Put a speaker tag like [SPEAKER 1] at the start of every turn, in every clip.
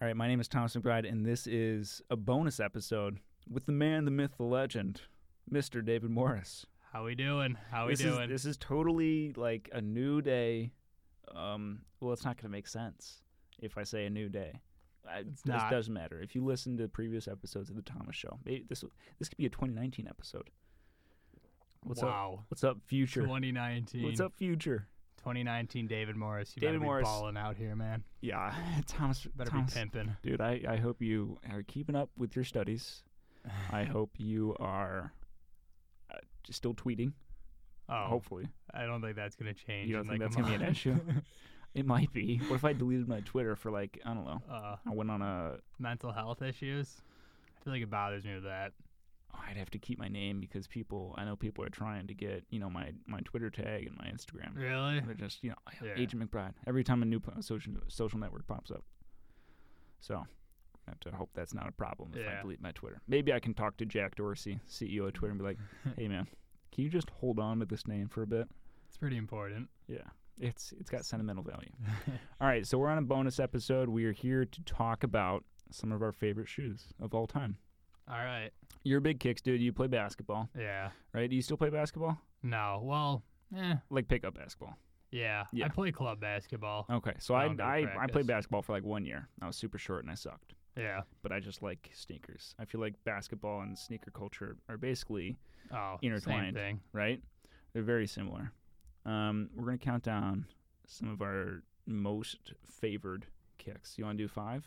[SPEAKER 1] All right, my name is Thomas McBride, and this is a bonus episode with the man, the myth, the legend, Mr. David Morris.
[SPEAKER 2] How we doing? How we
[SPEAKER 1] this
[SPEAKER 2] doing?
[SPEAKER 1] Is, this is totally like a new day. Um, well, it's not going to make sense if I say a new day. I,
[SPEAKER 2] It's
[SPEAKER 1] this
[SPEAKER 2] not.
[SPEAKER 1] doesn't matter. If you listen to previous episodes of the Thomas Show, maybe this this could be a 2019 episode. What's up?
[SPEAKER 2] wow.
[SPEAKER 1] What's up, future?
[SPEAKER 2] 2019.
[SPEAKER 1] What's up, future?
[SPEAKER 2] 2019 David Morris. You
[SPEAKER 1] David
[SPEAKER 2] better be
[SPEAKER 1] Morris.
[SPEAKER 2] balling out here, man.
[SPEAKER 1] Yeah, Thomas.
[SPEAKER 2] Better
[SPEAKER 1] Thomas,
[SPEAKER 2] be pimping.
[SPEAKER 1] dude, I, I hope you are keeping up with your studies. I hope you are uh, just still tweeting.
[SPEAKER 2] Oh,
[SPEAKER 1] Hopefully,
[SPEAKER 2] I don't think that's gonna change.
[SPEAKER 1] You don't
[SPEAKER 2] in,
[SPEAKER 1] think
[SPEAKER 2] like, a
[SPEAKER 1] that's gonna be an
[SPEAKER 2] month.
[SPEAKER 1] issue? it might be. What if I deleted my Twitter for like I don't know?
[SPEAKER 2] uh,
[SPEAKER 1] I went on a.
[SPEAKER 2] mental health issues. I feel like it bothers me with that.
[SPEAKER 1] Oh, I'd have to keep my name because people. I know people are trying to get you know my my Twitter tag and my Instagram.
[SPEAKER 2] Really?
[SPEAKER 1] They're just you know I-
[SPEAKER 2] Yeah.
[SPEAKER 1] Agent McBride. Every time a new po- social social network pops up, so I have to hope that's not a problem if I
[SPEAKER 2] Yeah.
[SPEAKER 1] delete my Twitter. Maybe I can talk to Jack Dorsey, CEO of Twitter, and be like, "Hey man, can you just hold on to this name for a bit?"
[SPEAKER 2] It's pretty important.
[SPEAKER 1] Yeah, it's it's got sentimental value. all right, so we're on a bonus episode. We are here to talk about some of our favorite shoes of all time.
[SPEAKER 2] All right.
[SPEAKER 1] You're a big kicks dude. You play basketball,
[SPEAKER 2] Yeah.
[SPEAKER 1] right? Do you still play basketball?
[SPEAKER 2] No. Well. Eh.
[SPEAKER 1] Like pickup basketball.
[SPEAKER 2] Yeah.
[SPEAKER 1] Yeah.
[SPEAKER 2] I play club basketball.
[SPEAKER 1] Okay, so I
[SPEAKER 2] No, I go
[SPEAKER 1] I, I played
[SPEAKER 2] practice.
[SPEAKER 1] basketball for like one year. I was super short and I sucked.
[SPEAKER 2] Yeah.
[SPEAKER 1] but I just like sneakers. I feel like basketball and sneaker culture are basically
[SPEAKER 2] Oh. Same
[SPEAKER 1] Intertwined.
[SPEAKER 2] thing.
[SPEAKER 1] right. They're very similar. Um, we're gonna count down some of our most favored kicks. You want to do five?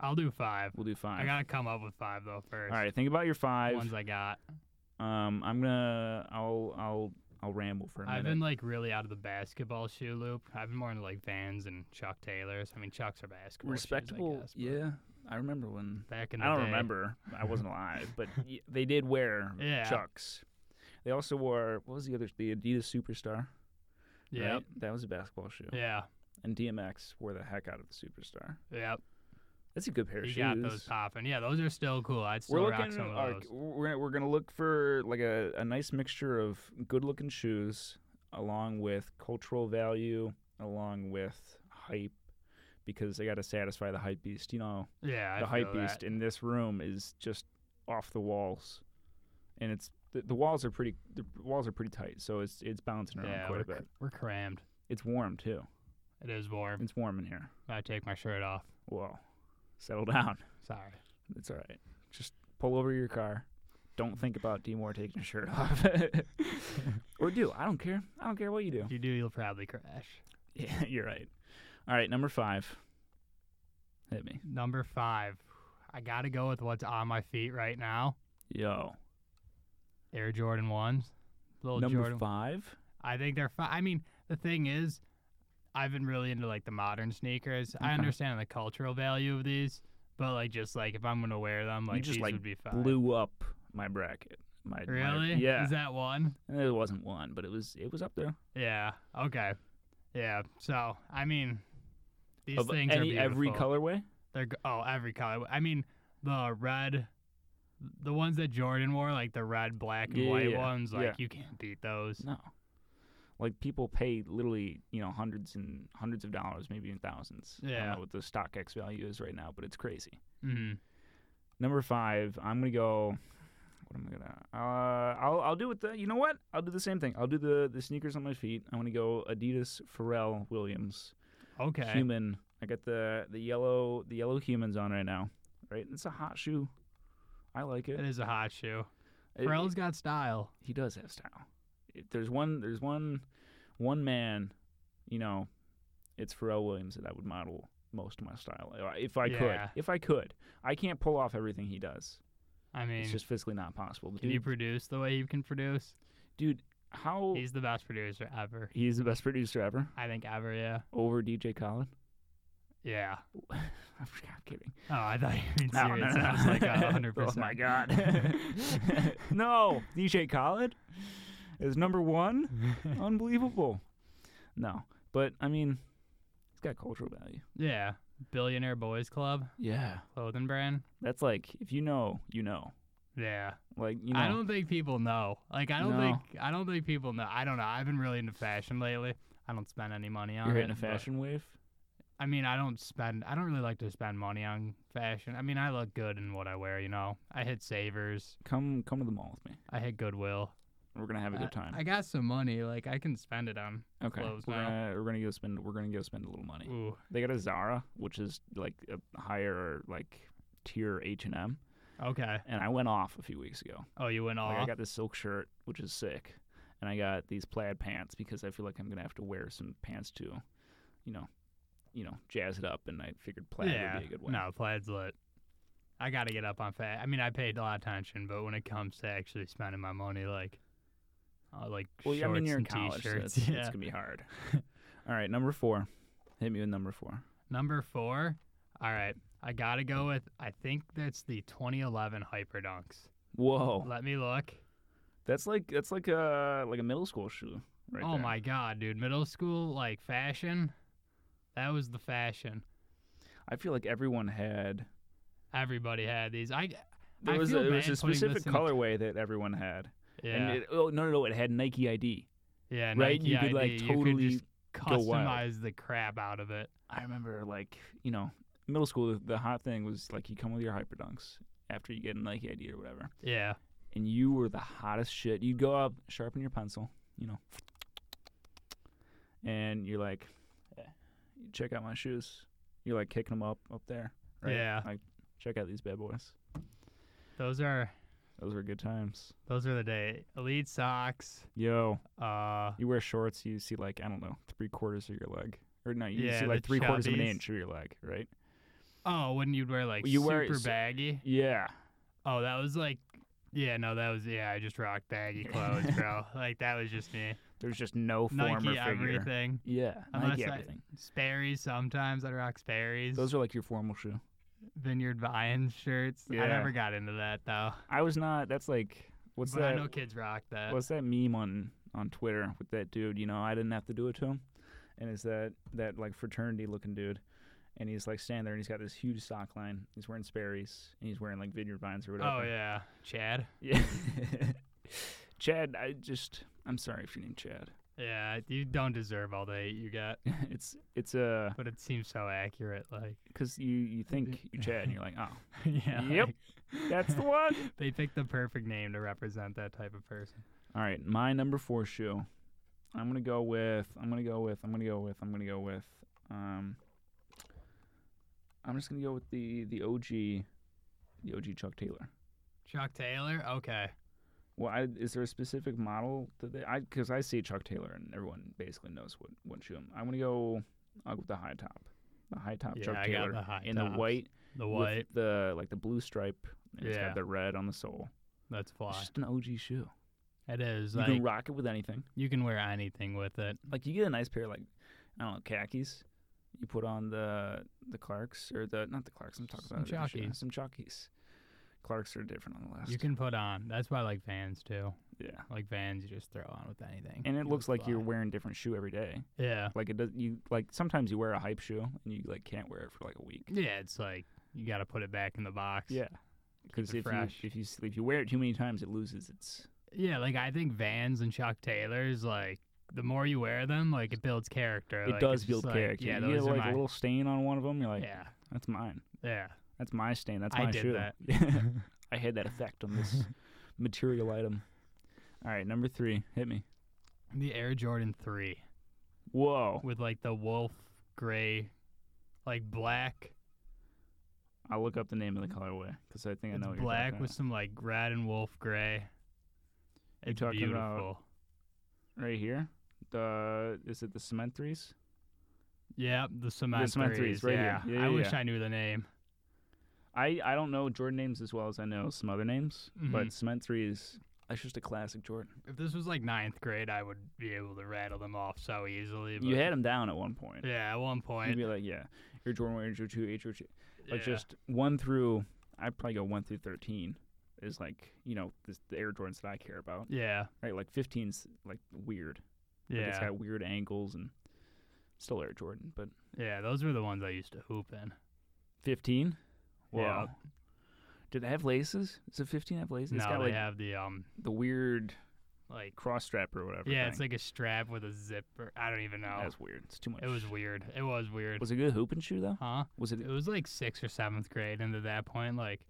[SPEAKER 2] I'll do five.
[SPEAKER 1] We'll do five.
[SPEAKER 2] I gotta come up with five though
[SPEAKER 1] All
[SPEAKER 2] first.
[SPEAKER 1] right. Think about your five.
[SPEAKER 2] Ones I got.
[SPEAKER 1] Um, I'm gonna. I'll. I'll. I'll ramble for a
[SPEAKER 2] I've
[SPEAKER 1] minute.
[SPEAKER 2] been like really out of the basketball shoe loop. I've been more into like Vans and Chuck Taylors. I mean, Chucks are basketball. shoes, I
[SPEAKER 1] Respectable.
[SPEAKER 2] guess, but
[SPEAKER 1] yeah. I remember when.
[SPEAKER 2] Back in the
[SPEAKER 1] I don't
[SPEAKER 2] day.
[SPEAKER 1] remember. I wasn't alive, but y- they did wear
[SPEAKER 2] Yeah.
[SPEAKER 1] chucks. They also wore what was the other? The Adidas Superstar.
[SPEAKER 2] Yep.
[SPEAKER 1] right? That was a basketball shoe.
[SPEAKER 2] Yeah.
[SPEAKER 1] and DMX wore the heck out of the superstar.
[SPEAKER 2] Yep.
[SPEAKER 1] That's a good pair of
[SPEAKER 2] You
[SPEAKER 1] shoes.
[SPEAKER 2] got those popping. Yeah, those are still cool. I'd still
[SPEAKER 1] we're
[SPEAKER 2] rock
[SPEAKER 1] looking.
[SPEAKER 2] some
[SPEAKER 1] uh,
[SPEAKER 2] of those.
[SPEAKER 1] we're we're gonna look for like a, a nice mixture of good looking shoes, along with cultural value, along with hype, because they got to satisfy the hype beast. You know,
[SPEAKER 2] yeah. I
[SPEAKER 1] the hype
[SPEAKER 2] feel
[SPEAKER 1] beast
[SPEAKER 2] that.
[SPEAKER 1] in this room is just off the walls, and it's the, the walls are pretty the walls are pretty tight, so it's it's bouncing around
[SPEAKER 2] Yeah,
[SPEAKER 1] quite a
[SPEAKER 2] we're,
[SPEAKER 1] bit.
[SPEAKER 2] we're crammed.
[SPEAKER 1] It's warm too.
[SPEAKER 2] It is warm.
[SPEAKER 1] It's warm in here.
[SPEAKER 2] I take my shirt off.
[SPEAKER 1] Whoa, settle down.
[SPEAKER 2] Sorry.
[SPEAKER 1] It's all right. Just pull over your car. Don't think about Demore taking a shirt off. or do. I don't care. I don't care what you do.
[SPEAKER 2] If you do, you'll probably crash.
[SPEAKER 1] Yeah, you're right. All right, number five. Hit me.
[SPEAKER 2] Number five. I gotta go with what's on my feet right now.
[SPEAKER 1] Yo.
[SPEAKER 2] Air Jordan ones. Little
[SPEAKER 1] number
[SPEAKER 2] Jordan
[SPEAKER 1] five?
[SPEAKER 2] I think they're fine. I mean, the thing is, I've been really into like the modern sneakers. I
[SPEAKER 1] Okay.
[SPEAKER 2] understand the cultural value of these, but like just like if I'm gonna wear them, like
[SPEAKER 1] just,
[SPEAKER 2] these
[SPEAKER 1] like,
[SPEAKER 2] would be fine.
[SPEAKER 1] Blew up my bracket. My my-
[SPEAKER 2] Really?
[SPEAKER 1] yeah.
[SPEAKER 2] Is that one?
[SPEAKER 1] And it wasn't one, but it was it was up there.
[SPEAKER 2] Yeah. Okay. Yeah. So I mean, these
[SPEAKER 1] of
[SPEAKER 2] things
[SPEAKER 1] any
[SPEAKER 2] are beautiful.
[SPEAKER 1] every colorway?
[SPEAKER 2] They're g- oh every color. I mean the red, the ones that Jordan wore, like the red, black, and
[SPEAKER 1] Yeah, yeah,
[SPEAKER 2] white
[SPEAKER 1] yeah.
[SPEAKER 2] ones. Like
[SPEAKER 1] Yeah.
[SPEAKER 2] you can't beat those.
[SPEAKER 1] No. Like people pay literally, you know, hundreds and hundreds of dollars, maybe even thousands. I don't
[SPEAKER 2] Yeah.
[SPEAKER 1] know what the stock X value is right now, but it's crazy.
[SPEAKER 2] Mm.
[SPEAKER 1] Number five, I'm gonna go. What am I gonna? Uh, I'll I'll do it. The you know what? I'll do the same thing. I'll do the the sneakers on my feet. I'm gonna go Adidas Pharrell Williams
[SPEAKER 2] Okay.
[SPEAKER 1] Human. I got the the yellow the yellow humans on right now. Right, it's a hot shoe. I like it.
[SPEAKER 2] It is a hot shoe.
[SPEAKER 1] It-
[SPEAKER 2] Pharrell's got style.
[SPEAKER 1] he does have style. If there's one there's one one man, you know, it's Pharrell Williams that I would model most of my style uh, if I could.
[SPEAKER 2] Yeah.
[SPEAKER 1] If I could, I can't pull off everything he does.
[SPEAKER 2] I mean,
[SPEAKER 1] It's just physically not possible. The
[SPEAKER 2] Can you
[SPEAKER 1] dude-
[SPEAKER 2] produce the way you can produce?
[SPEAKER 1] dude how he's,
[SPEAKER 2] He's the best producer ever.
[SPEAKER 1] the best producer ever
[SPEAKER 2] I think ever, yeah.
[SPEAKER 1] over dj khaled
[SPEAKER 2] Yeah.
[SPEAKER 1] i'm just kidding
[SPEAKER 2] Oh, I thought you were serious. I was like, uh, 100%.
[SPEAKER 1] oh my god no dj khaled is number one unbelievable no but i mean it's got cultural value
[SPEAKER 2] yeah. Billionaire Boys Club
[SPEAKER 1] yeah
[SPEAKER 2] clothing brand.
[SPEAKER 1] that's like if you know you know
[SPEAKER 2] Yeah.
[SPEAKER 1] like you know
[SPEAKER 2] I don't think people know. Like, I don't
[SPEAKER 1] No.
[SPEAKER 2] think I don't think people know. I don't know. I've been really into fashion lately. I don't spend any money on
[SPEAKER 1] you're
[SPEAKER 2] it.
[SPEAKER 1] hitting a
[SPEAKER 2] but-
[SPEAKER 1] fashion wave
[SPEAKER 2] I mean, I don't spend. I don't really like to spend money on fashion. I mean, I look good in what I wear. You know, I hit Savers.
[SPEAKER 1] Come come to the mall with me.
[SPEAKER 2] I hit Goodwill.
[SPEAKER 1] We're gonna have a good time.
[SPEAKER 2] I, I got some money. Like I can spend it on.
[SPEAKER 1] okay.
[SPEAKER 2] clothes
[SPEAKER 1] We're
[SPEAKER 2] now.
[SPEAKER 1] gonna, we're gonna go spend we're gonna go spend a little money.
[SPEAKER 2] Ooh.
[SPEAKER 1] They got a Zara, which is like a higher like tier H and M.
[SPEAKER 2] Okay.
[SPEAKER 1] And I went off a few weeks ago.
[SPEAKER 2] Oh, you went
[SPEAKER 1] Like,
[SPEAKER 2] off.
[SPEAKER 1] I got this silk shirt, which is sick, and I got these plaid pants because I feel like I'm gonna have to wear some pants to, you know, you know, jazz it up. And I figured plaid
[SPEAKER 2] yeah.
[SPEAKER 1] would be a good way.
[SPEAKER 2] No, plaid's lit. I gotta get up on fat. I mean, I paid a lot of attention, but when it comes to actually spending my money, like, uh, like
[SPEAKER 1] Well, yeah, I mean,
[SPEAKER 2] shorts
[SPEAKER 1] you're in
[SPEAKER 2] and
[SPEAKER 1] college, so it's,
[SPEAKER 2] t-shirts.
[SPEAKER 1] it's
[SPEAKER 2] yeah.
[SPEAKER 1] gonna be hard. All right, number four. Hit me with number four.
[SPEAKER 2] Number four. All right. I got to go with, I think that's the 2011 Hyperdunks.
[SPEAKER 1] Whoa,
[SPEAKER 2] Let me look.
[SPEAKER 1] that's like that's like a like a middle school shoe, right?
[SPEAKER 2] oh,
[SPEAKER 1] there.
[SPEAKER 2] my God, dude. Middle school, like fashion. That was the fashion.
[SPEAKER 1] I feel like everyone had.
[SPEAKER 2] Everybody had these. I,
[SPEAKER 1] There
[SPEAKER 2] I
[SPEAKER 1] was
[SPEAKER 2] feel
[SPEAKER 1] a, there was
[SPEAKER 2] bad
[SPEAKER 1] a
[SPEAKER 2] putting this
[SPEAKER 1] specific
[SPEAKER 2] in the-
[SPEAKER 1] colorway that everyone had.
[SPEAKER 2] yeah.
[SPEAKER 1] And it, oh no no no! It had Nike ID.
[SPEAKER 2] yeah.
[SPEAKER 1] right,
[SPEAKER 2] Nike
[SPEAKER 1] you could, like,
[SPEAKER 2] ID.
[SPEAKER 1] totally
[SPEAKER 2] you could just
[SPEAKER 1] go wild.
[SPEAKER 2] customize the crap out of it.
[SPEAKER 1] I remember like you know middle school. The, the hot thing was like you come with your hyperdunks after you get a Nike ID or whatever,
[SPEAKER 2] Yeah.
[SPEAKER 1] and you were the hottest shit. You'd go up, sharpen your pencil, you know, and you're like, "Eh, check out my shoes. You're like kicking them up up there. Right?
[SPEAKER 2] Yeah.
[SPEAKER 1] Like check out these bad boys.
[SPEAKER 2] Those are,
[SPEAKER 1] Those were good times.
[SPEAKER 2] those are the day. Elite socks.
[SPEAKER 1] Yo,
[SPEAKER 2] Uh,
[SPEAKER 1] you wear shorts, you see like I don't know three quarters of your leg, or no, you
[SPEAKER 2] Yeah,
[SPEAKER 1] see
[SPEAKER 2] the
[SPEAKER 1] like three quarters of an
[SPEAKER 2] chubbies.
[SPEAKER 1] inch of your leg, right?
[SPEAKER 2] oh, when you'd wear like
[SPEAKER 1] You
[SPEAKER 2] super
[SPEAKER 1] wear- so-
[SPEAKER 2] baggy.
[SPEAKER 1] Yeah.
[SPEAKER 2] Oh, that was like, yeah, no, that was yeah. I just rocked baggy clothes, bro. like that was just me.
[SPEAKER 1] There's just no form or
[SPEAKER 2] Nike
[SPEAKER 1] figure.
[SPEAKER 2] everything.
[SPEAKER 1] Yeah,
[SPEAKER 2] Unless
[SPEAKER 1] Nike
[SPEAKER 2] I-
[SPEAKER 1] everything.
[SPEAKER 2] Sperry's sometimes. I'd rock Sperry's.
[SPEAKER 1] Those are like your formal shoe.
[SPEAKER 2] Vineyard Vine shirts.
[SPEAKER 1] Yeah.
[SPEAKER 2] I never got into that though.
[SPEAKER 1] I was not. That's like what's
[SPEAKER 2] but I
[SPEAKER 1] that?
[SPEAKER 2] know kids rock that.
[SPEAKER 1] What's that meme on on Twitter with that dude? You know, I didn't have to do it to him. And it's that that like fraternity looking dude, and he's like standing there and he's got this huge sock line. He's wearing Sperry's and he's wearing like Vineyard Vines or whatever.
[SPEAKER 2] oh yeah, Chad.
[SPEAKER 1] yeah. Chad, I just I'm sorry if you named Chad.
[SPEAKER 2] Yeah, you don't deserve all the hate you got,
[SPEAKER 1] it's it's uh
[SPEAKER 2] but it seems so accurate. Like,
[SPEAKER 1] because you you think you Chad and you're like oh
[SPEAKER 2] yeah.
[SPEAKER 1] Yep,
[SPEAKER 2] like-
[SPEAKER 1] that's the one.
[SPEAKER 2] they picked the perfect name to represent that type of person.
[SPEAKER 1] All right, my number four shoe. I'm gonna go with. I'm gonna go with. I'm gonna go with. I'm gonna go with. Um, I'm just gonna go with the the OG, the OG Chuck Taylor.
[SPEAKER 2] Chuck Taylor. Okay.
[SPEAKER 1] Well, I, is there a specific model that they? I because I see Chuck Taylor and everyone basically knows what what shoe. I'm, I'm gonna go. I'll go with the high top, the high top
[SPEAKER 2] Yeah,
[SPEAKER 1] Chuck
[SPEAKER 2] I got
[SPEAKER 1] Taylor
[SPEAKER 2] the high
[SPEAKER 1] in the
[SPEAKER 2] tops.
[SPEAKER 1] white,
[SPEAKER 2] The
[SPEAKER 1] with
[SPEAKER 2] white.
[SPEAKER 1] the like the blue stripe. And It's
[SPEAKER 2] Yeah.
[SPEAKER 1] got the red on the sole.
[SPEAKER 2] That's
[SPEAKER 1] It's
[SPEAKER 2] fly.
[SPEAKER 1] just an OG shoe.
[SPEAKER 2] It is.
[SPEAKER 1] You
[SPEAKER 2] like,
[SPEAKER 1] can rock it with anything.
[SPEAKER 2] You can wear anything with it.
[SPEAKER 1] like you get a nice pair of like I don't know khakis. You put on the the Clarks or the not the Clarks. I'm talking
[SPEAKER 2] Some
[SPEAKER 1] about a different shoe.
[SPEAKER 2] Chalkies.
[SPEAKER 1] Some Chalkies. Clarks are different on the list.
[SPEAKER 2] You can put on. That's why I like Vans too.
[SPEAKER 1] yeah.
[SPEAKER 2] Like Vans, you just throw on with anything.
[SPEAKER 1] And it
[SPEAKER 2] You
[SPEAKER 1] looks
[SPEAKER 2] look
[SPEAKER 1] like you're
[SPEAKER 2] fly.
[SPEAKER 1] wearing different shoe every day.
[SPEAKER 2] Yeah,
[SPEAKER 1] Like it does. You like sometimes you wear a hype shoe and you like can't wear it for like a week.
[SPEAKER 2] yeah. It's like you got to put it back in the box.
[SPEAKER 1] Yeah. Because
[SPEAKER 2] it
[SPEAKER 1] if you,
[SPEAKER 2] fresh.
[SPEAKER 1] if you s- if you wear it too many times, it loses its.
[SPEAKER 2] yeah. Like I think Vans and Chuck Taylors. Like the more you wear them, like it builds character.
[SPEAKER 1] It
[SPEAKER 2] like,
[SPEAKER 1] does
[SPEAKER 2] it's
[SPEAKER 1] build
[SPEAKER 2] just like,
[SPEAKER 1] character.
[SPEAKER 2] Yeah,
[SPEAKER 1] you get
[SPEAKER 2] those are
[SPEAKER 1] like
[SPEAKER 2] my-
[SPEAKER 1] a little stain on one of them. You're like,
[SPEAKER 2] yeah,
[SPEAKER 1] that's mine.
[SPEAKER 2] yeah.
[SPEAKER 1] That's my stain. That's
[SPEAKER 2] I
[SPEAKER 1] my
[SPEAKER 2] did
[SPEAKER 1] shoe.
[SPEAKER 2] that.
[SPEAKER 1] I had that effect on this material item. All right, number three, hit me.
[SPEAKER 2] The Air Jordan Three
[SPEAKER 1] Whoa,
[SPEAKER 2] with like the wolf gray, like black.
[SPEAKER 1] I'll look up the name of the colorway because I think I
[SPEAKER 2] It's
[SPEAKER 1] know what
[SPEAKER 2] black
[SPEAKER 1] you're talking
[SPEAKER 2] with some like red and wolf gray.
[SPEAKER 1] You're
[SPEAKER 2] It's
[SPEAKER 1] talking
[SPEAKER 2] beautiful.
[SPEAKER 1] about- about. Right here, the is it the cement threes?
[SPEAKER 2] Yep, the cement,
[SPEAKER 1] cement threes, right here.
[SPEAKER 2] yeah.
[SPEAKER 1] Yeah,
[SPEAKER 2] I
[SPEAKER 1] yeah,
[SPEAKER 2] wish
[SPEAKER 1] yeah.
[SPEAKER 2] I knew the name.
[SPEAKER 1] I I don't know Jordan names as well as I know some other names, but
[SPEAKER 2] Mhm.
[SPEAKER 1] cement threes. That's just a classic Jordan.
[SPEAKER 2] If this was like ninth grade, I would be able to rattle them off so easily. But
[SPEAKER 1] You had them down at one point.
[SPEAKER 2] yeah, at one
[SPEAKER 1] You'd
[SPEAKER 2] point,
[SPEAKER 1] be like, yeah, your Jordan one, your two, H, your two, like
[SPEAKER 2] yeah.
[SPEAKER 1] just one through. I'd probably go one through thirteen. Is like you know this, the Air Jordans that I care about,
[SPEAKER 2] yeah,
[SPEAKER 1] right? Like 15's like weird.
[SPEAKER 2] yeah,
[SPEAKER 1] Like it's got weird angles and still Air Jordan, but
[SPEAKER 2] yeah. Those were the ones I used to hoop in.
[SPEAKER 1] 15? Wow.
[SPEAKER 2] Yeah.
[SPEAKER 1] Did they have laces? Does a 15 have laces?
[SPEAKER 2] now
[SPEAKER 1] it's got
[SPEAKER 2] they
[SPEAKER 1] like
[SPEAKER 2] have the um,
[SPEAKER 1] the weird
[SPEAKER 2] Like,
[SPEAKER 1] cross strap or whatever.
[SPEAKER 2] yeah, it's
[SPEAKER 1] thing.
[SPEAKER 2] like a strap with a zipper. I don't even know.
[SPEAKER 1] that's weird. It's too much.
[SPEAKER 2] It was weird. It was weird.
[SPEAKER 1] Was it a good hooping shoe though?
[SPEAKER 2] huh?
[SPEAKER 1] Was it?
[SPEAKER 2] It was like sixth or seventh grade, and at that point, like,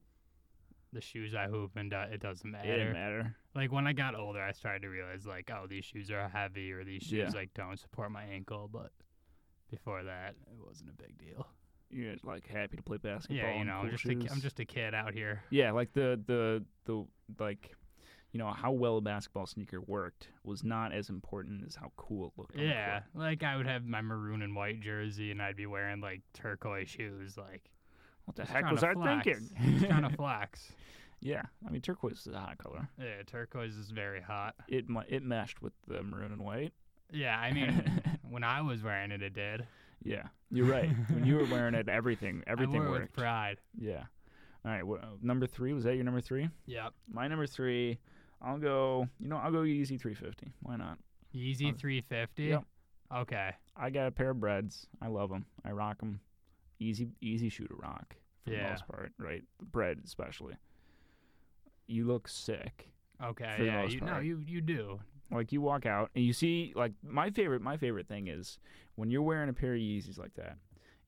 [SPEAKER 2] the shoes I hoop and uh, it doesn't
[SPEAKER 1] It
[SPEAKER 2] matter.
[SPEAKER 1] didn't matter.
[SPEAKER 2] Like when I got older, I started to realize like, oh, these shoes are heavy, or these shoes
[SPEAKER 1] Yeah.
[SPEAKER 2] like don't support my ankle. But before that, it wasn't a big deal.
[SPEAKER 1] You're like happy to play basketball.
[SPEAKER 2] Yeah, you
[SPEAKER 1] in
[SPEAKER 2] know, I'm
[SPEAKER 1] cool
[SPEAKER 2] just a, ki- I'm
[SPEAKER 1] shoes.
[SPEAKER 2] just a kid out here.
[SPEAKER 1] Yeah, like the the the like, you know, how well a basketball sneaker worked was not as important as how cool it looked. on the
[SPEAKER 2] Yeah,
[SPEAKER 1] court.
[SPEAKER 2] like I would have my maroon and white jersey, and I'd be wearing like turquoise shoes. Like
[SPEAKER 1] What the
[SPEAKER 2] just
[SPEAKER 1] heck
[SPEAKER 2] trying
[SPEAKER 1] was
[SPEAKER 2] to
[SPEAKER 1] I
[SPEAKER 2] flex.
[SPEAKER 1] thinking?
[SPEAKER 2] Just trying to flex.
[SPEAKER 1] yeah, I mean, turquoise is a hot color.
[SPEAKER 2] Yeah, turquoise is very hot.
[SPEAKER 1] It mu- it meshed with the maroon and white.
[SPEAKER 2] Yeah, I mean, when I was wearing it, it did.
[SPEAKER 1] yeah, you're right. when you were wearing it, everything everything
[SPEAKER 2] I wore it with
[SPEAKER 1] worked.
[SPEAKER 2] pride.
[SPEAKER 1] yeah. All right. What, number three was that your number three?
[SPEAKER 2] Yep.
[SPEAKER 1] My number three. I'll go. You know, I'll go Yeezy 350. Why not?
[SPEAKER 2] Yeezy
[SPEAKER 1] Other-
[SPEAKER 2] 350.
[SPEAKER 1] Um, Yep.
[SPEAKER 2] Okay.
[SPEAKER 1] I got a pair of breads. I love them. I rock them. Easy, easy shoe to rock for the
[SPEAKER 2] Yeah.
[SPEAKER 1] most part, right? The bread especially. You look sick.
[SPEAKER 2] Okay.
[SPEAKER 1] For the
[SPEAKER 2] yeah.
[SPEAKER 1] most
[SPEAKER 2] you, No,
[SPEAKER 1] part.
[SPEAKER 2] you you do.
[SPEAKER 1] Like you walk out and you see like my favorite. My favorite thing is when you're wearing a pair of Yeezys like that.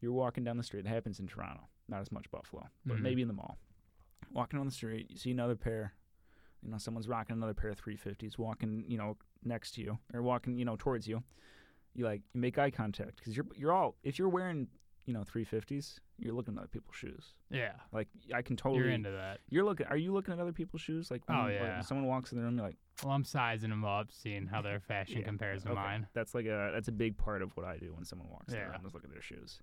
[SPEAKER 1] You're walking down the street. It happens in Toronto, not as much Buffalo, but
[SPEAKER 2] Mhm.
[SPEAKER 1] maybe in the mall. Walking down the street, you see another pair. You know, someone's rocking another pair of 350s, walking, you know, next to you or walking, you know, towards you. you like you make eye contact because you're you're all if you're wearing you know 350s you're looking at other people's shoes
[SPEAKER 2] Yeah.
[SPEAKER 1] like i can totally
[SPEAKER 2] You're into that.
[SPEAKER 1] you're looking are you looking at other people's shoes like when,
[SPEAKER 2] Oh,
[SPEAKER 1] like,
[SPEAKER 2] yeah.
[SPEAKER 1] when someone walks in the room you're like
[SPEAKER 2] Well, I'm sizing them up, seeing how their fashion
[SPEAKER 1] Yeah,
[SPEAKER 2] compares to
[SPEAKER 1] okay.
[SPEAKER 2] mine.
[SPEAKER 1] that's like a that's a big part of what i do when someone walks in the
[SPEAKER 2] Yeah.
[SPEAKER 1] room is look at their shoes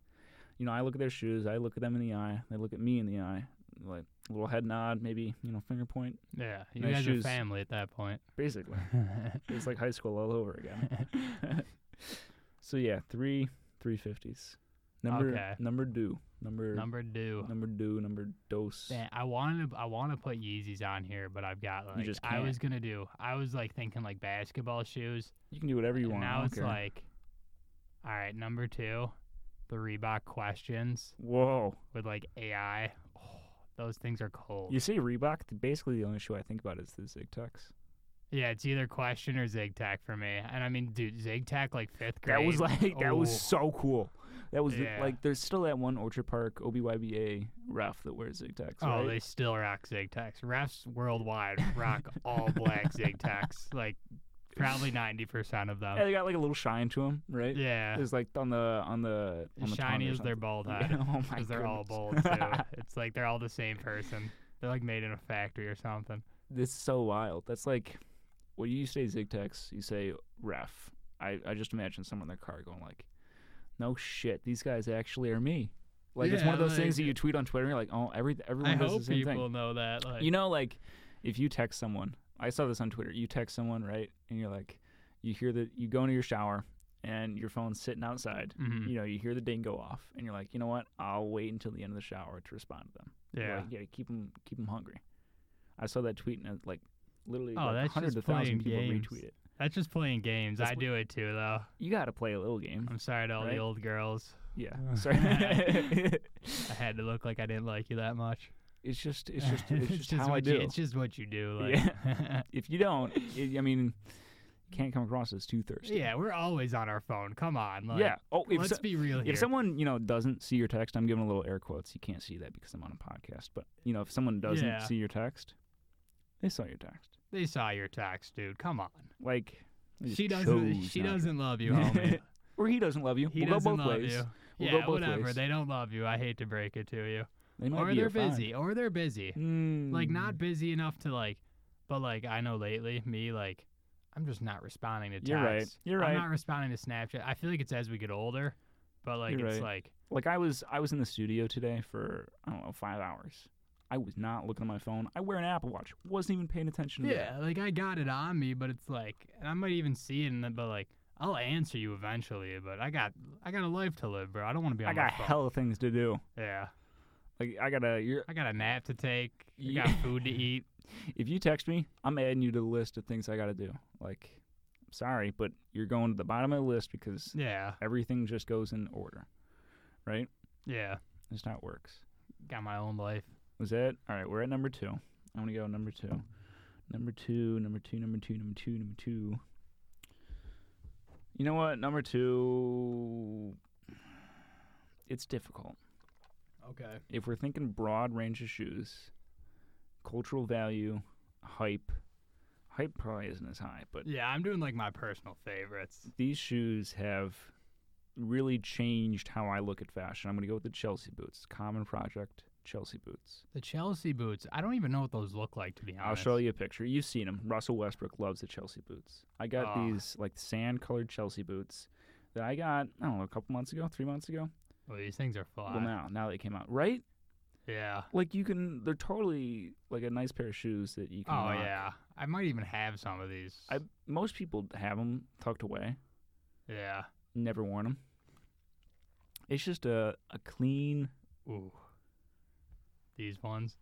[SPEAKER 1] you know i look at their shoes i look at them in the eye they look at me in the eye like a little head nod maybe you know finger point
[SPEAKER 2] Yeah. You
[SPEAKER 1] Nice
[SPEAKER 2] guys
[SPEAKER 1] shoes.
[SPEAKER 2] are family at that point.
[SPEAKER 1] basically it's like high school all over again so yeah three 350s number
[SPEAKER 2] Okay.
[SPEAKER 1] number do number
[SPEAKER 2] Number two.
[SPEAKER 1] Number do, number dose.
[SPEAKER 2] Man, I wanted to, I want to put Yeezys on here, but I've got like
[SPEAKER 1] just
[SPEAKER 2] I was gonna do. I was like thinking like basketball shoes.
[SPEAKER 1] You can do whatever you
[SPEAKER 2] and
[SPEAKER 1] want. I
[SPEAKER 2] now
[SPEAKER 1] don't
[SPEAKER 2] it's
[SPEAKER 1] care.
[SPEAKER 2] like, all right, number two, the Reebok questions
[SPEAKER 1] whoa.
[SPEAKER 2] with like AI. Oh, those things are cold.
[SPEAKER 1] You see Reebok. th- Basically, the only shoe I think about is the Zigtacs.
[SPEAKER 2] Yeah, it's either question or Zigtac for me. And I mean, dude, Zigtac like fifth grade.
[SPEAKER 1] That was like that was
[SPEAKER 2] Oh,
[SPEAKER 1] so cool. That was the-
[SPEAKER 2] Yeah.
[SPEAKER 1] like there's still that one Orchard Park OBYBA ref that wears Zigtacs.
[SPEAKER 2] Oh,
[SPEAKER 1] right?
[SPEAKER 2] they still rock Zigtacs. Refs worldwide rock all black Zigtacs. Like probably ninety percent of
[SPEAKER 1] yeah,
[SPEAKER 2] them.
[SPEAKER 1] they got like a little shine to them, right?
[SPEAKER 2] Yeah,
[SPEAKER 1] It's like on the on the on
[SPEAKER 2] as
[SPEAKER 1] the
[SPEAKER 2] shiny
[SPEAKER 1] tongue or
[SPEAKER 2] as their
[SPEAKER 1] something.
[SPEAKER 2] bald head.
[SPEAKER 1] oh my
[SPEAKER 2] Because they're all
[SPEAKER 1] goodness.
[SPEAKER 2] bald too. it's like they're all the same person. They're like made in a factory or something.
[SPEAKER 1] This is so wild. That's like when you say Zigtacs, you say ref. I, I just imagine someone in their car going like, "No shit, these guys actually are me." Like it's one of
[SPEAKER 2] Yeah,
[SPEAKER 1] those things that
[SPEAKER 2] like-
[SPEAKER 1] you tweet on Twitter. And you're like, "Oh, every everyone
[SPEAKER 2] I
[SPEAKER 1] does the
[SPEAKER 2] hope
[SPEAKER 1] same
[SPEAKER 2] people
[SPEAKER 1] thing."
[SPEAKER 2] know that. Like,
[SPEAKER 1] You know, like if you text someone, I saw this on Twitter. You text someone, right, and you're like, you hear that you go into your shower and your phone's sitting outside.
[SPEAKER 2] Mhm.
[SPEAKER 1] You know, you hear the ding go off, and you're like, you know what? I'll wait until the end of the shower to respond to them. You're
[SPEAKER 2] yeah.
[SPEAKER 1] like, yeah, keep them keep 'em hungry. I saw that tweet and uh, like literally
[SPEAKER 2] Oh,
[SPEAKER 1] like,
[SPEAKER 2] that's
[SPEAKER 1] hundreds
[SPEAKER 2] just
[SPEAKER 1] of thousand
[SPEAKER 2] playing
[SPEAKER 1] people
[SPEAKER 2] games.
[SPEAKER 1] retweet it.
[SPEAKER 2] That's just playing games.
[SPEAKER 1] That's
[SPEAKER 2] I
[SPEAKER 1] what-
[SPEAKER 2] do it too, though.
[SPEAKER 1] You got to play a little game.
[SPEAKER 2] I'm sorry to all
[SPEAKER 1] Right?
[SPEAKER 2] the old girls.
[SPEAKER 1] Yeah,
[SPEAKER 2] Uh.
[SPEAKER 1] sorry.
[SPEAKER 2] I had to look like I didn't like you that much.
[SPEAKER 1] it's just it's just it's just, how I
[SPEAKER 2] what
[SPEAKER 1] do.
[SPEAKER 2] You, it's just what you do. Like.
[SPEAKER 1] Yeah. if you don't, i I mean, you can't come across as too thirsty.
[SPEAKER 2] Yeah, we're always on our phone. Come on. Like,
[SPEAKER 1] yeah. Oh, if
[SPEAKER 2] Let's
[SPEAKER 1] so-
[SPEAKER 2] be real here.
[SPEAKER 1] if someone you know doesn't see your text, I'm giving a little air quotes. You can't see that because I'm on a podcast. But you know, if someone doesn't
[SPEAKER 2] Yeah.
[SPEAKER 1] see your text, they saw your text.
[SPEAKER 2] they saw your text, dude. Come on.
[SPEAKER 1] Like they just
[SPEAKER 2] She doesn't.
[SPEAKER 1] chose
[SPEAKER 2] She
[SPEAKER 1] not to.
[SPEAKER 2] doesn't love you, homie.
[SPEAKER 1] or he doesn't love you.
[SPEAKER 2] He
[SPEAKER 1] we'll
[SPEAKER 2] doesn't
[SPEAKER 1] go both
[SPEAKER 2] love
[SPEAKER 1] ways.
[SPEAKER 2] you.
[SPEAKER 1] We'll
[SPEAKER 2] yeah,
[SPEAKER 1] go both
[SPEAKER 2] whatever.
[SPEAKER 1] ways.
[SPEAKER 2] They don't love you. I hate to break it to you.
[SPEAKER 1] They might
[SPEAKER 2] Or
[SPEAKER 1] be
[SPEAKER 2] they're
[SPEAKER 1] a fine.
[SPEAKER 2] busy. Or they're busy. Like not
[SPEAKER 1] Mm,
[SPEAKER 2] busy enough to like. But like I know lately, me like, I'm just not responding to texts.
[SPEAKER 1] You're right. You're right.
[SPEAKER 2] I'm not responding to Snapchat. I feel like it's as we get older, but like
[SPEAKER 1] You're
[SPEAKER 2] it's
[SPEAKER 1] right.
[SPEAKER 2] like
[SPEAKER 1] like I was, I was in the studio today for I don't know five hours. I was not looking at my phone. I wear an Apple Watch. Wasn't even paying attention. To that.
[SPEAKER 2] Yeah, like I got it on me, but it's like, and I might even see it, and then- but like, I'll answer you eventually. But I got, I got a life to live, bro. I don't want to be on
[SPEAKER 1] I got
[SPEAKER 2] my phone.
[SPEAKER 1] hell of things to do.
[SPEAKER 2] Yeah,
[SPEAKER 1] Like I gotta. You're,
[SPEAKER 2] I got a nap to take. I
[SPEAKER 1] Yeah.
[SPEAKER 2] got food to eat.
[SPEAKER 1] if you text me, I'm adding you to the list of things I gotta do. Like, I'm sorry, but you're going to the bottom of the list because
[SPEAKER 2] Yeah,
[SPEAKER 1] everything just goes in order, right?
[SPEAKER 2] yeah.
[SPEAKER 1] That's how it works.
[SPEAKER 2] Got my own life.
[SPEAKER 1] Was that all right? We're at number two. I'm gonna go number two. Number two, number two, number two, number two, number two. You know what? Number two, it's difficult.
[SPEAKER 2] Okay.
[SPEAKER 1] If we're thinking broad range of shoes, cultural value, hype, hype probably isn't as high, but
[SPEAKER 2] Yeah, I'm doing like my personal favorites.
[SPEAKER 1] these shoes have really changed how I look at fashion. I'm going to go with the Chelsea boots, common project Chelsea boots.
[SPEAKER 2] The Chelsea boots. I don't even know what those look like to be honest.
[SPEAKER 1] I'll show you a picture. You've seen them. Russell Westbrook loves the Chelsea boots. I got
[SPEAKER 2] Ah.
[SPEAKER 1] these like sand colored Chelsea boots that I got, I don't know, a couple months ago, three months ago.
[SPEAKER 2] Well, these things are fly.
[SPEAKER 1] Well, now, now they came out, right?
[SPEAKER 2] yeah.
[SPEAKER 1] Like you can, they're totally like a nice pair of shoes that you
[SPEAKER 2] Oh
[SPEAKER 1] can. rock.
[SPEAKER 2] yeah. I might even have some of these.
[SPEAKER 1] I most people have them tucked away,
[SPEAKER 2] yeah.
[SPEAKER 1] never worn them. It's just a a clean.
[SPEAKER 2] Ooh. These ones.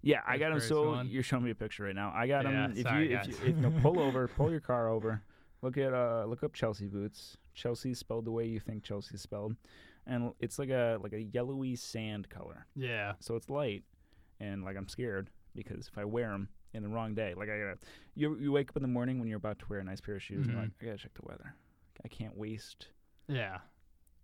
[SPEAKER 1] Yeah, I
[SPEAKER 2] That's
[SPEAKER 1] got them.
[SPEAKER 2] very
[SPEAKER 1] So
[SPEAKER 2] solid.
[SPEAKER 1] you're showing me a picture right now. I got
[SPEAKER 2] Yeah,
[SPEAKER 1] them. If
[SPEAKER 2] sorry,
[SPEAKER 1] you if you,
[SPEAKER 2] guys.
[SPEAKER 1] if you pull over, pull your car over. Look at uh look up Chelsea boots. Chelsea's spelled the way you think Chelsea's spelled, and it's like a like a yellowy sand color.
[SPEAKER 2] Yeah.
[SPEAKER 1] so it's light and like i'm scared because if i wear them in the wrong day like i gotta you, you wake up in the morning when you're about to wear a nice pair of shoes and you're
[SPEAKER 2] Mhm.
[SPEAKER 1] like i gotta check the weather i can't waste
[SPEAKER 2] Yeah.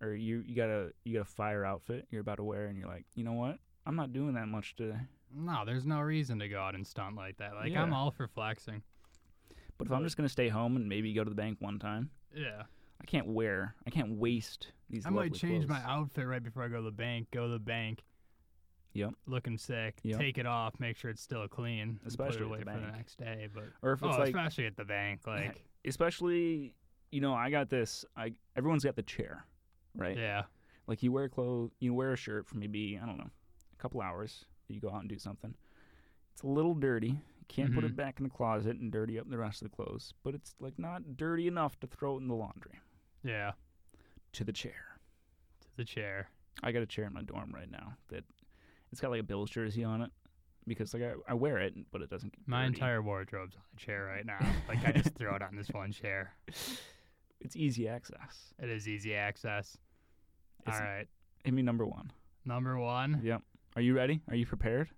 [SPEAKER 1] or you you got to you got a fire outfit you're about to wear and you're like you know what i'm not doing that much today
[SPEAKER 2] No, there's no reason to go out and stunt like that. Like I'm
[SPEAKER 1] Yeah.
[SPEAKER 2] all for flexing.
[SPEAKER 1] but if i'm just gonna stay home and maybe go to the bank one time
[SPEAKER 2] Yeah.
[SPEAKER 1] i can't wear i can't waste these
[SPEAKER 2] I might
[SPEAKER 1] lovely
[SPEAKER 2] change my
[SPEAKER 1] clothes.
[SPEAKER 2] outfit right before I go to the bank. Go to the bank.
[SPEAKER 1] Yep.
[SPEAKER 2] Looking sick.
[SPEAKER 1] Yep.
[SPEAKER 2] Take it off. Make sure it's still clean. and
[SPEAKER 1] Especially at
[SPEAKER 2] put
[SPEAKER 1] the
[SPEAKER 2] it away for
[SPEAKER 1] bank.
[SPEAKER 2] the next day. But
[SPEAKER 1] or if
[SPEAKER 2] oh,
[SPEAKER 1] it's like
[SPEAKER 2] especially at the bank, like
[SPEAKER 1] especially you know i got this i everyone's got the chair right
[SPEAKER 2] yeah,
[SPEAKER 1] Like you wear clothes, you wear a shirt for maybe I don't know, a couple hours. You go out and do something. It's a little dirty. You can't put
[SPEAKER 2] Mhm.
[SPEAKER 1] it back in the closet and dirty up the rest of the clothes. But it's like not dirty enough to throw it in the laundry
[SPEAKER 2] yeah,
[SPEAKER 1] to the chair.
[SPEAKER 2] to the chair.
[SPEAKER 1] I got a chair in my dorm right now that it's got like a Bills jersey on it because like I, I wear it, but it doesn't. Get
[SPEAKER 2] My
[SPEAKER 1] dirty.
[SPEAKER 2] entire wardrobe's on a chair right now. Like I just throw it on this one chair.
[SPEAKER 1] It's easy access.
[SPEAKER 2] It is easy access.
[SPEAKER 1] It's-
[SPEAKER 2] All right,
[SPEAKER 1] Hit me number one.
[SPEAKER 2] number one.
[SPEAKER 1] Yep. Are you ready? Are you prepared?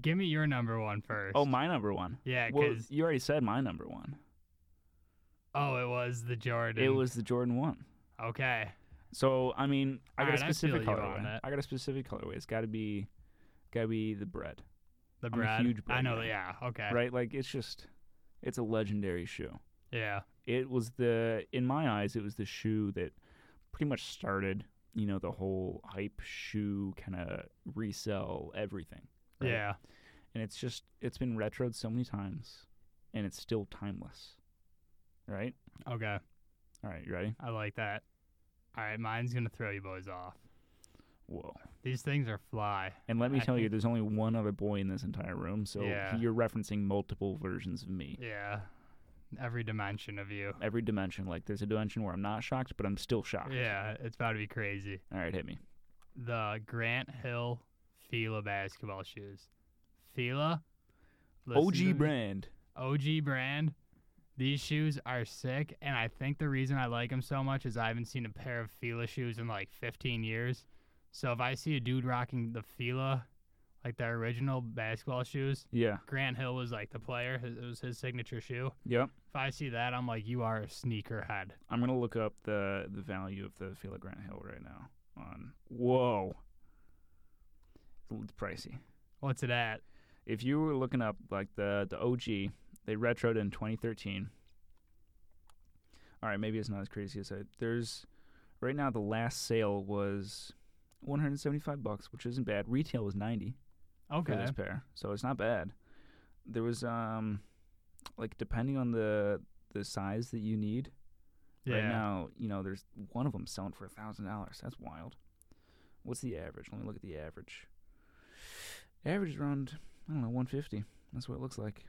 [SPEAKER 2] Give me your number one first.
[SPEAKER 1] Oh, my number one.
[SPEAKER 2] yeah,
[SPEAKER 1] Well,
[SPEAKER 2] because
[SPEAKER 1] you already said my number one.
[SPEAKER 2] oh, it was the Jordan.
[SPEAKER 1] It was the Jordan one.
[SPEAKER 2] okay.
[SPEAKER 1] So I mean, I got
[SPEAKER 2] Alright,
[SPEAKER 1] a
[SPEAKER 2] I
[SPEAKER 1] specific
[SPEAKER 2] feel you on
[SPEAKER 1] colorway.
[SPEAKER 2] that.
[SPEAKER 1] I got a specific colorway. It's got to be, got to be the bread,
[SPEAKER 2] The
[SPEAKER 1] a
[SPEAKER 2] bread.
[SPEAKER 1] huge
[SPEAKER 2] I
[SPEAKER 1] bread
[SPEAKER 2] know.
[SPEAKER 1] guy.
[SPEAKER 2] Yeah. Okay.
[SPEAKER 1] right? Like it's just, it's a legendary shoe.
[SPEAKER 2] Yeah.
[SPEAKER 1] It was the, in my eyes, it was the shoe that pretty much started, you know, the whole hype shoe kind of resell everything. Right.
[SPEAKER 2] Yeah.
[SPEAKER 1] And it's just, it's been retroed so many times, and it's still timeless, right?
[SPEAKER 2] Okay.
[SPEAKER 1] All right, you ready?
[SPEAKER 2] I like that. All right, mine's gonna throw you boys off.
[SPEAKER 1] Whoa.
[SPEAKER 2] These things are fly.
[SPEAKER 1] And let me
[SPEAKER 2] I
[SPEAKER 1] tell you,
[SPEAKER 2] think-
[SPEAKER 1] there's only one other boy in this entire room, so
[SPEAKER 2] Yeah.
[SPEAKER 1] you're referencing multiple versions of me.
[SPEAKER 2] Yeah. Every dimension of you.
[SPEAKER 1] Every dimension, like there's a dimension where I'm not shocked, but I'm still shocked.
[SPEAKER 2] Yeah, it's about to be crazy.
[SPEAKER 1] All right, hit me.
[SPEAKER 2] The Grant Hill Fila basketball shoes. Fila. listen to me.
[SPEAKER 1] OG brand.
[SPEAKER 2] OG brand. These shoes are sick, and I think the reason I like them so much is I haven't seen a pair of Fila shoes in like 15 years. So if I see a dude rocking the Fila, like their original basketball shoes,
[SPEAKER 1] Yeah.
[SPEAKER 2] Grant Hill was like the player. His- It was his signature shoe.
[SPEAKER 1] Yep.
[SPEAKER 2] If I see that, I'm like, you are a sneakerhead.
[SPEAKER 1] I'm gonna look up the the value of the Fila Grant Hill right now. On whoa, it's pricey.
[SPEAKER 2] What's it at?
[SPEAKER 1] If you were looking up like the the OG, they retroed in 2013. All right, maybe it's not as crazy as I. There's right now the last sale was 175 bucks, which isn't bad. Retail was 90 for
[SPEAKER 2] Okay.
[SPEAKER 1] this pair, so it's not bad. There was um, like depending on the the size that you need.
[SPEAKER 2] Yeah.
[SPEAKER 1] Right now, you know, there's one of them selling for a thousand dollars. That's wild. What's the average? Let me look at the average. Average is around I don't know one fifty. That's what it looks like.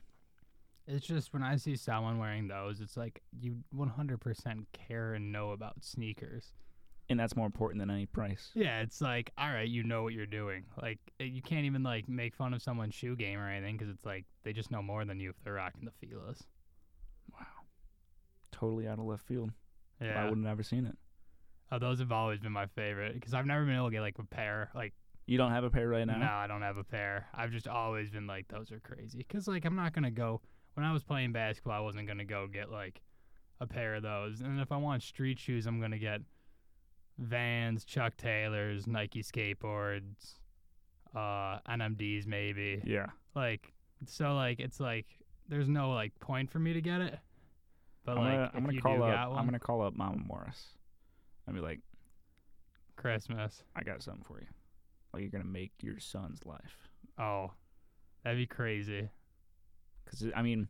[SPEAKER 2] It's just when I see someone wearing those, it's like you 100% care and know about sneakers.
[SPEAKER 1] And that's more important than any price.
[SPEAKER 2] Yeah, it's like, all right, you know what you're doing. Like, uh, you can't even like make fun of someone's shoe game or anything because it's like they just know more than you if they're rocking the Fila's.
[SPEAKER 1] Totally out of left field. I
[SPEAKER 2] Yeah.
[SPEAKER 1] would have never seen it.
[SPEAKER 2] Oh, those have always been my favorite because I've never been able to get like a pair, like
[SPEAKER 1] You don't have a pair right now.
[SPEAKER 2] No, I don't have a pair. I've just always been like, those are crazy. Cause like I'm not gonna go when I was playing basketball, I wasn't gonna go get like a pair of those. And if I want street shoes, I'm gonna get Vans, Chuck Taylors, Nike skateboards, uh, NMDs maybe.
[SPEAKER 1] Yeah.
[SPEAKER 2] Like so, like it's like there's no like point for me to get it. But
[SPEAKER 1] I'm
[SPEAKER 2] like
[SPEAKER 1] gonna,
[SPEAKER 2] if
[SPEAKER 1] I'm gonna
[SPEAKER 2] you
[SPEAKER 1] call
[SPEAKER 2] do
[SPEAKER 1] up.
[SPEAKER 2] got one,
[SPEAKER 1] I'm gonna call up Mama Morris. I'd be like,
[SPEAKER 2] Christmas.
[SPEAKER 1] I got something for you. Like you're gonna make your son's life.
[SPEAKER 2] Oh, that'd be crazy.
[SPEAKER 1] Because I mean,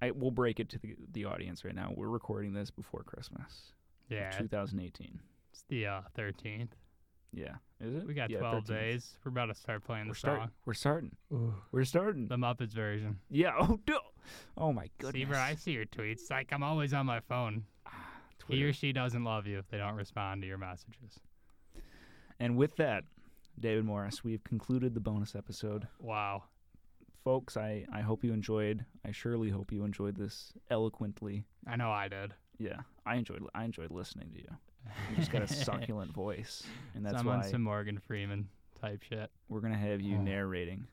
[SPEAKER 1] I we'll break it to the, the audience right now. We're recording this before Christmas,
[SPEAKER 2] Yeah,
[SPEAKER 1] 2018.
[SPEAKER 2] it's the uh, 13th.
[SPEAKER 1] Yeah, is it?
[SPEAKER 2] We got
[SPEAKER 1] Yeah,
[SPEAKER 2] 12
[SPEAKER 1] 13th.
[SPEAKER 2] days. We're about to start playing
[SPEAKER 1] We're
[SPEAKER 2] the
[SPEAKER 1] starting.
[SPEAKER 2] song.
[SPEAKER 1] We're starting. We're starting.
[SPEAKER 2] The Muppets version.
[SPEAKER 1] Yeah. Oh, do. Oh my
[SPEAKER 2] Goodness.
[SPEAKER 1] goodness.
[SPEAKER 2] See, bro, I see your tweets. Like, I'm always on my phone.
[SPEAKER 1] Ah,
[SPEAKER 2] He
[SPEAKER 1] Twitter.
[SPEAKER 2] or she doesn't love you if they don't respond to your messages.
[SPEAKER 1] And with that, David Morris, we've concluded the bonus episode.
[SPEAKER 2] Wow.
[SPEAKER 1] Folks, I, I hope you enjoyed. I surely hope you enjoyed this eloquently.
[SPEAKER 2] I know I did.
[SPEAKER 1] Yeah, I enjoyed I enjoyed listening to you. You just got a succulent voice, and that's
[SPEAKER 2] I'm
[SPEAKER 1] why
[SPEAKER 2] on some Morgan Freeman type shit.
[SPEAKER 1] we're gonna have you
[SPEAKER 2] Oh.
[SPEAKER 1] narrating.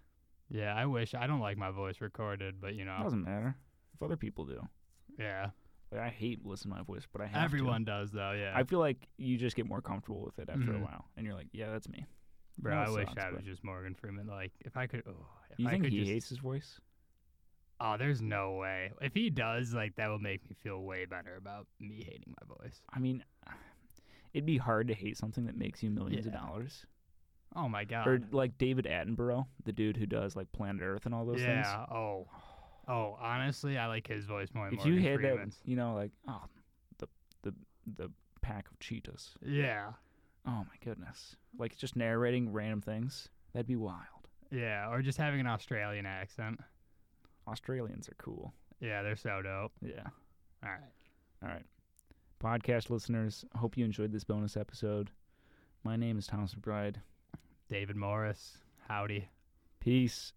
[SPEAKER 2] Yeah, I wish. I don't like my voice recorded, but you know.
[SPEAKER 1] Doesn't matter if other people do.
[SPEAKER 2] Yeah.
[SPEAKER 1] Like I hate listening to my voice, but I have to.
[SPEAKER 2] Everyone does, though. Yeah.
[SPEAKER 1] I feel like you just get more comfortable with it after a
[SPEAKER 2] Mhm.
[SPEAKER 1] while, and you're like, yeah, that's me.
[SPEAKER 2] bro,
[SPEAKER 1] know
[SPEAKER 2] I
[SPEAKER 1] it
[SPEAKER 2] wish
[SPEAKER 1] sucks,
[SPEAKER 2] I was
[SPEAKER 1] but-
[SPEAKER 2] just Morgan Freeman. Like, if I could. Oh, if
[SPEAKER 1] You
[SPEAKER 2] I
[SPEAKER 1] think
[SPEAKER 2] could
[SPEAKER 1] he
[SPEAKER 2] just,
[SPEAKER 1] hates his voice?
[SPEAKER 2] Oh, there's no way. If he does, like, that would make me feel way better about me hating my voice.
[SPEAKER 1] I mean, it'd be hard to hate something that makes you millions of
[SPEAKER 2] Yeah.
[SPEAKER 1] dollars.
[SPEAKER 2] Oh, my God.
[SPEAKER 1] Or like David Attenborough, the dude who does like Planet Earth and all those
[SPEAKER 2] yeah.
[SPEAKER 1] things.
[SPEAKER 2] Oh. Oh, honestly, I like his voice more. Than
[SPEAKER 1] if you
[SPEAKER 2] Morgan
[SPEAKER 1] had that,
[SPEAKER 2] Freeman's.
[SPEAKER 1] you know, like oh, the the the pack of cheetahs.
[SPEAKER 2] Yeah.
[SPEAKER 1] Oh my goodness! Like just narrating random things. That'd be wild.
[SPEAKER 2] Yeah. Or just having an Australian accent.
[SPEAKER 1] Australians are cool.
[SPEAKER 2] Yeah, they're so dope.
[SPEAKER 1] Yeah.
[SPEAKER 2] All right.
[SPEAKER 1] All right. Podcast listeners, I hope you enjoyed this bonus episode. My name is Thomas McBride.
[SPEAKER 2] David Morris. Howdy.
[SPEAKER 1] Peace.